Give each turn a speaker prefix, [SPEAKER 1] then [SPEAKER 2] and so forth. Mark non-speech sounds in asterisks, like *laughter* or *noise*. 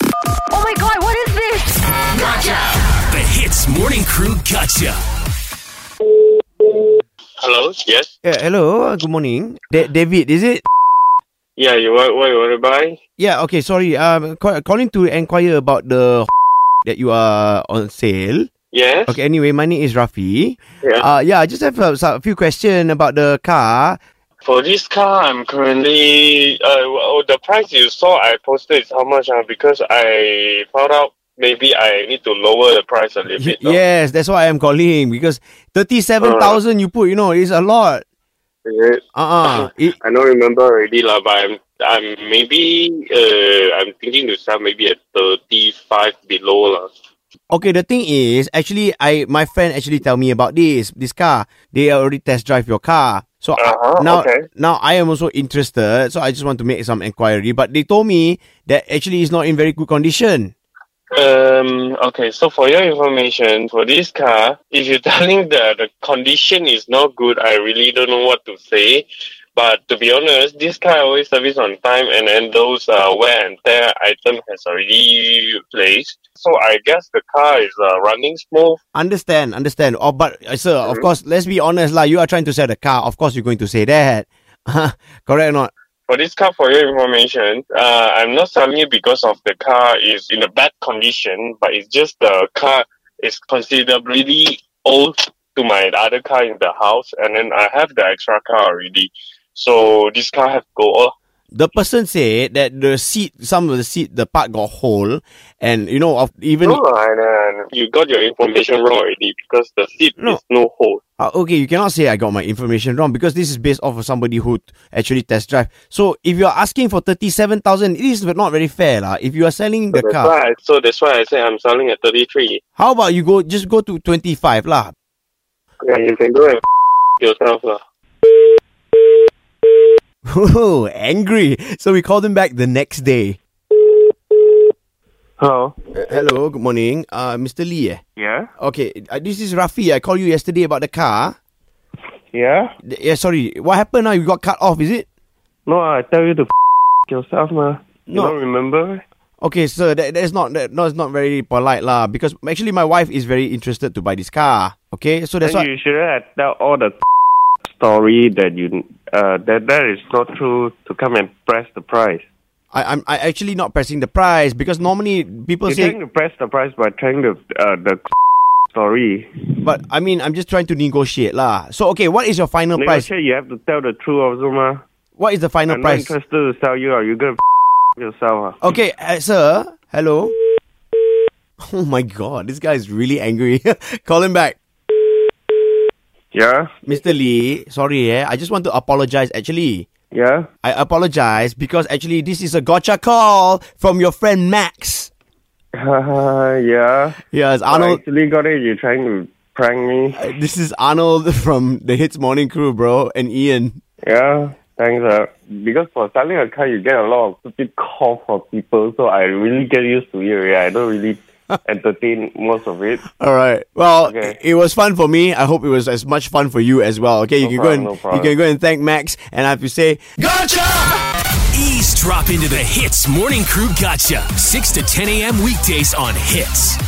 [SPEAKER 1] Oh my god, what is this?
[SPEAKER 2] The Hits Morning Crew Gotcha.
[SPEAKER 3] Hello. Yes.
[SPEAKER 4] Yeah, hello, uh, good morning. Da- David, is it?
[SPEAKER 3] Yeah. You what? What you want to buy?
[SPEAKER 4] Yeah, okay, sorry. Um, ca- calling to inquire about the *laughs* that you are on sale.
[SPEAKER 3] Yes.
[SPEAKER 4] Okay, anyway, my name is Rafi.
[SPEAKER 3] Yeah.
[SPEAKER 4] Uh, yeah, I just have a, a few questions about the car.
[SPEAKER 3] For this car, I'm currently uh well, the price you saw I posted is how much? Uh, because I found out maybe I need to lower the price a little
[SPEAKER 4] Y-
[SPEAKER 3] bit. no?
[SPEAKER 4] Yes, that's why I'm calling because thirty-seven thousand you put, you know, is a lot.
[SPEAKER 3] Is it?
[SPEAKER 4] Uh uh It,
[SPEAKER 3] I don't remember already lah, but I'm I'm maybe uh I'm thinking to sell maybe at thirty five below lah.
[SPEAKER 4] okay, the thing is, actually, I my friend actually tell me about this this car. They already test drive your car, so I-
[SPEAKER 3] Uh-huh,
[SPEAKER 4] now
[SPEAKER 3] okay.
[SPEAKER 4] now I am also interested. So I just want to make some inquiry, but they told me that actually it's not in very good condition.
[SPEAKER 3] Um. Okay. So for your information, for this car, if you're *laughs* telling the the condition is not good, I really don't know what to say. But to be honest, this car always service on time, and then those uh, wear and tear item has already placed. So I guess the car is uh, running smooth.
[SPEAKER 4] Understand, understand. Oh, but uh, sir, of
[SPEAKER 3] Mm-hmm.
[SPEAKER 4] course, let's be honest, lah. You are trying to sell the car. Of course, you're going to say that. *laughs* Correct or not?
[SPEAKER 3] For this car, for your information, uh, I'm not selling it because of the car is in a bad condition, but it's just the car is considerably old to my other car in the house, and then I have the extra car already. So this car have to go off.
[SPEAKER 4] the person said that the seat, some of the seat, the part got hole, and you know, of even
[SPEAKER 3] No, and then you got your information wrong already because the seat
[SPEAKER 4] No.
[SPEAKER 3] is no hole.
[SPEAKER 4] uh, okay, you cannot say I got my information wrong because this is based off of somebody who t- actually test drive. So if you are asking for thirty seven thousand, it is not very fair, lah. If you are selling
[SPEAKER 3] So
[SPEAKER 4] the
[SPEAKER 3] that's
[SPEAKER 4] car,
[SPEAKER 3] why. So that's why I say I'm selling at thirty three.
[SPEAKER 4] how about you go just go to twenty five, *laughs* lah?
[SPEAKER 3] Yeah, you can go and yourself lah.
[SPEAKER 4] Oh, angry. So we called him back the next day.
[SPEAKER 3] Hello.
[SPEAKER 4] Uh, hello, good morning, uh, Mr. Lee. eh?
[SPEAKER 3] Yeah.
[SPEAKER 4] Okay, uh, this is Rafi. I called you yesterday about the car.
[SPEAKER 3] Yeah.
[SPEAKER 4] Th- Yeah, sorry. What happened now? You got cut off, is it?
[SPEAKER 3] No, I tell you to yourself, ma.
[SPEAKER 4] No. don't
[SPEAKER 3] remember?
[SPEAKER 4] Okay, sir, that, that's not that, that's not very polite lah. Because actually, my wife is very interested to buy this car. Okay, so that's
[SPEAKER 5] Then
[SPEAKER 4] why.
[SPEAKER 5] you shouldn't have tell all the story that you uh, that that is not true to come and press the price.
[SPEAKER 4] I, I'm I actually not pressing the price because normally people
[SPEAKER 5] You're
[SPEAKER 4] say.
[SPEAKER 5] trying to press the price by trying to uh, the *laughs* story.
[SPEAKER 4] But I mean, I'm just trying to negotiate lah. So okay, what is your final price?
[SPEAKER 5] Negotiate, you have to tell the truth also, ma.
[SPEAKER 4] What is the final
[SPEAKER 5] I'm not
[SPEAKER 4] price?
[SPEAKER 5] interested to sell you. Are you gonna *laughs* yourself? ah?
[SPEAKER 4] Okay, uh, sir. Hello. Oh my god, this guy is really angry. *laughs* Call him back.
[SPEAKER 5] Yeah,
[SPEAKER 4] Mr. Lee, sorry eh. I just want to apologize actually.
[SPEAKER 5] yeah. *laughs*
[SPEAKER 4] I apologize because actually this is a gotcha call from your friend Max.
[SPEAKER 5] yeah,
[SPEAKER 4] Yes,
[SPEAKER 5] I
[SPEAKER 4] Arnold. uh,
[SPEAKER 5] actually got it. You're trying to prank me.
[SPEAKER 4] This is Arnold *laughs* from the Hits Morning Crew, bro, and Ian.
[SPEAKER 5] Yeah, thanks. Uh, because for selling a car, you get a lot of stupid call from people, so I really get used to it. already. I don't
[SPEAKER 4] *laughs*
[SPEAKER 5] really entertain most of it.
[SPEAKER 4] All right. Well,
[SPEAKER 5] Okay.
[SPEAKER 4] it was fun for me. I hope it was as much fun for you as well. Okay, you can
[SPEAKER 5] problem,
[SPEAKER 4] go
[SPEAKER 5] no
[SPEAKER 4] and you can
[SPEAKER 5] problem.
[SPEAKER 4] go and thank Max, and I have to say,
[SPEAKER 2] Ease drop into the Hits Morning Crew Gotcha. 6 to 10 a.m. weekdays on Hits.